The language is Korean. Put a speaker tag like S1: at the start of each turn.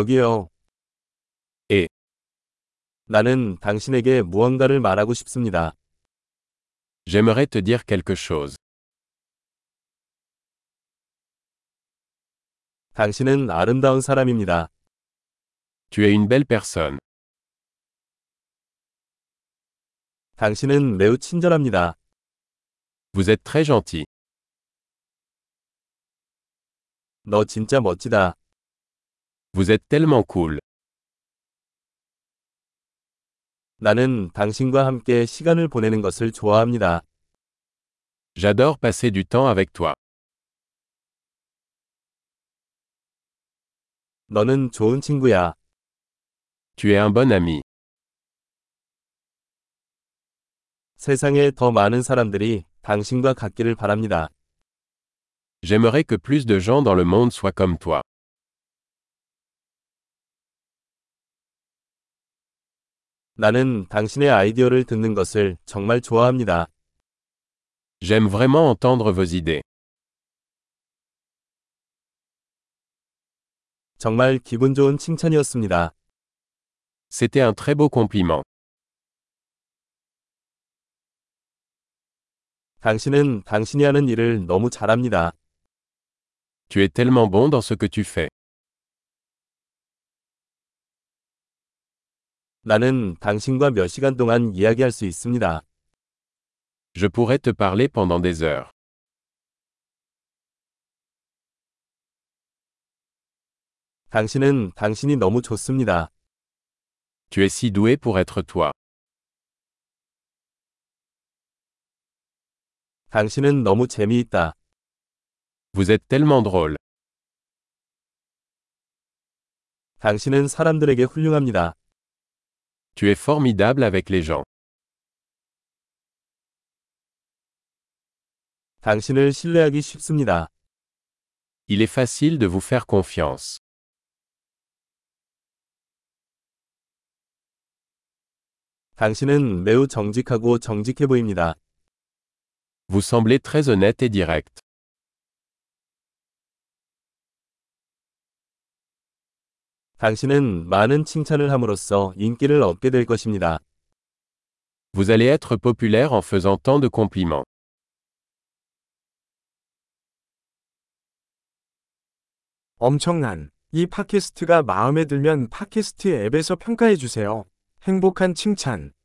S1: 여기요. 예. 나는 당신에게 무언가를 말하고 싶습니다.
S2: J'aimerais te dire quelque chose.
S1: 당신은 아름다운 사람입니다.
S2: Tu es une belle personne.
S1: 당신은 매우 친절합니다.
S2: Vous êtes très gentil.
S1: 너 진짜 멋지다.
S2: Vous êtes tellement cool.
S1: 나는 당신과 함께 시간을 보내는 것을 좋아합니다.
S2: J'adore passer du temps avec toi.
S1: 너는 좋은 친구야.
S2: Tu es un bon ami.
S1: 세상에 더 많은 사람들이 당신과 같기를 바랍니다.
S2: J'aimerais que plus de gens dans le monde soient comme toi.
S1: 나는 당신의 아이디어를 듣는 것을 정말 좋아합니다.
S2: J'aime vraiment entendre vos idées.
S1: 정말 기분 좋은 칭찬이었습니다.
S2: C'était un très beau compliment.
S1: 당신은 당신이 하는 일을 너무 잘합니다.
S2: Tu es tellement bon dans ce que tu fais.
S1: 나는 당신과 몇 시간 동안 이야기할 수 있습니다.
S2: Je pourrais te parler pendant des heures.
S1: 당신은 당신이 너무 좋습니다.
S2: Tu es si doué pour être toi.
S1: 당신은 너무 재미있다.
S2: Vous êtes tellement drôle.
S1: 당신은 사람들에게 훌륭합니다.
S2: Tu es formidable avec les gens.
S1: 당신을 신뢰하기 쉽습니다.
S2: Il est facile de vous faire confiance.
S1: 당신은 매우 정직하고 정직해 보입니다.
S2: Vous semblez très honnête et direct.
S1: 당신은 많은 칭찬을 함으로써 인기를 얻게 될 것입니다.
S2: Vous allez être populaire en faisant tant de compliments.
S3: 엄청난 이 팟캐스트가 마음에 들면 팟캐스트 앱에서 평가해 주세요. 행복한 칭찬